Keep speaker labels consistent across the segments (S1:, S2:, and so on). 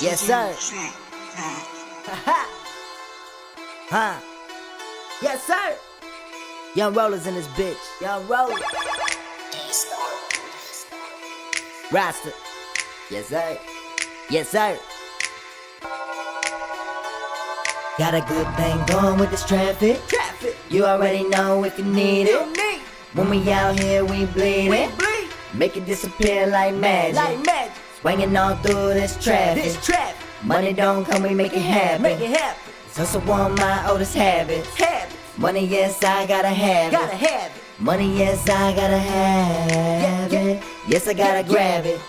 S1: Yes, sir. huh? Yes, sir. Young Rollers in this bitch. Young Rollers. Rasta. Yes, sir. Yes, sir. Got a good thing going with this traffic.
S2: Traffic.
S1: You already know if you need
S2: You
S1: it.
S2: need.
S1: When we out here, we bleed
S2: We
S1: it.
S2: bleed.
S1: Make it disappear like
S2: Like
S1: magic.
S2: magic.
S1: Swinging all through this traffic.
S2: This traffic.
S1: Money don't come, we make it
S2: Make
S1: happen.
S2: it happen.
S1: So, so one my oldest habits.
S2: Habits.
S1: Money, yes, I gotta have
S2: Gotta
S1: it.
S2: have it.
S1: Money, yes, I gotta have
S2: Yeah, yeah.
S1: it. Yes, I gotta
S2: Yeah, yeah.
S1: grab it.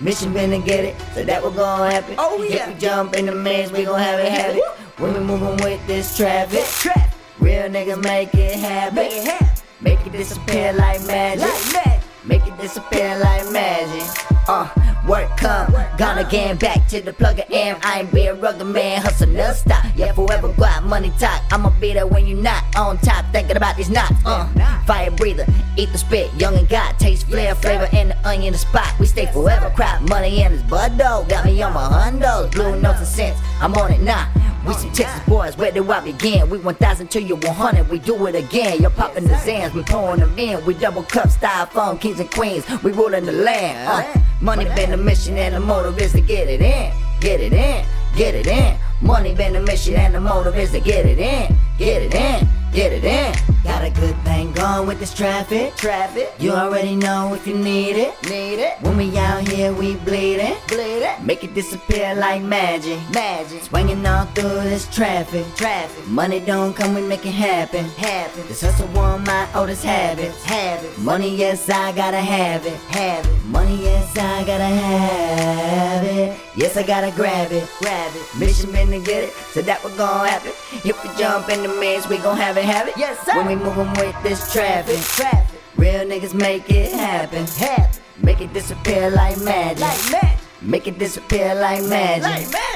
S1: Mission been to get it, so that we gon' happen.
S2: Oh,
S1: If
S2: yeah.
S1: we jump in the maze, we gon' have it, have it. When we moving with this traffic,
S2: This traffic.
S1: real niggas make it happen.
S2: Make it happen.
S1: Make it disappear like magic.
S2: Like magic.
S1: Make it disappear like magic. Uh, work come, gone again, back to the plug and am. I ain't be a rugged man, hustle never stop. Yeah, forever guap, money talk. I'ma be there when you not on top, thinking about these knots. Uh, fire breather, eat the spit, young and got taste flair, flavor, and the onion the spot. We stay forever, crop money in this bud dog. Got me on my hundos, blue notes and cents. I'm on it now. We some Texas boys, where do I begin? We 1,000 to you 100, we do it again. You're popping the Zans, we pouring them in. We double cup, styrofoam, kings and queens, we ruling the land. Uh, money been the mission and the motive is to get it in, get it in, get it in. Money been the mission and the motive is to get it in, get it in, get it in. Got a good thing going with this traffic,
S2: Traffic.
S1: You already know if you need it.
S2: Need it.
S1: When we out here, we bleeding.
S2: Bleed it.
S1: Make it disappear like magic.
S2: Magic.
S1: Swinging all through this traffic.
S2: Traffic.
S1: Money don't come, we make it happen.
S2: Happen.
S1: This hustle one of my oldest habits.
S2: Have it.
S1: Money, yes, I gotta have it.
S2: Have it.
S1: Money, yes, I gotta have it. Yes, I gotta grab it.
S2: Grab it.
S1: Mission been to get it, so that we gon' happen. If we jump in the maze, we gon' have it, have it.
S2: Yes, sir.
S1: When we movin' with this traffic,
S2: This traffic.
S1: real niggas make it happen.
S2: Happen.
S1: Make it disappear like magic.
S2: Like magic.
S1: Make it disappear like magic.
S2: Like magic.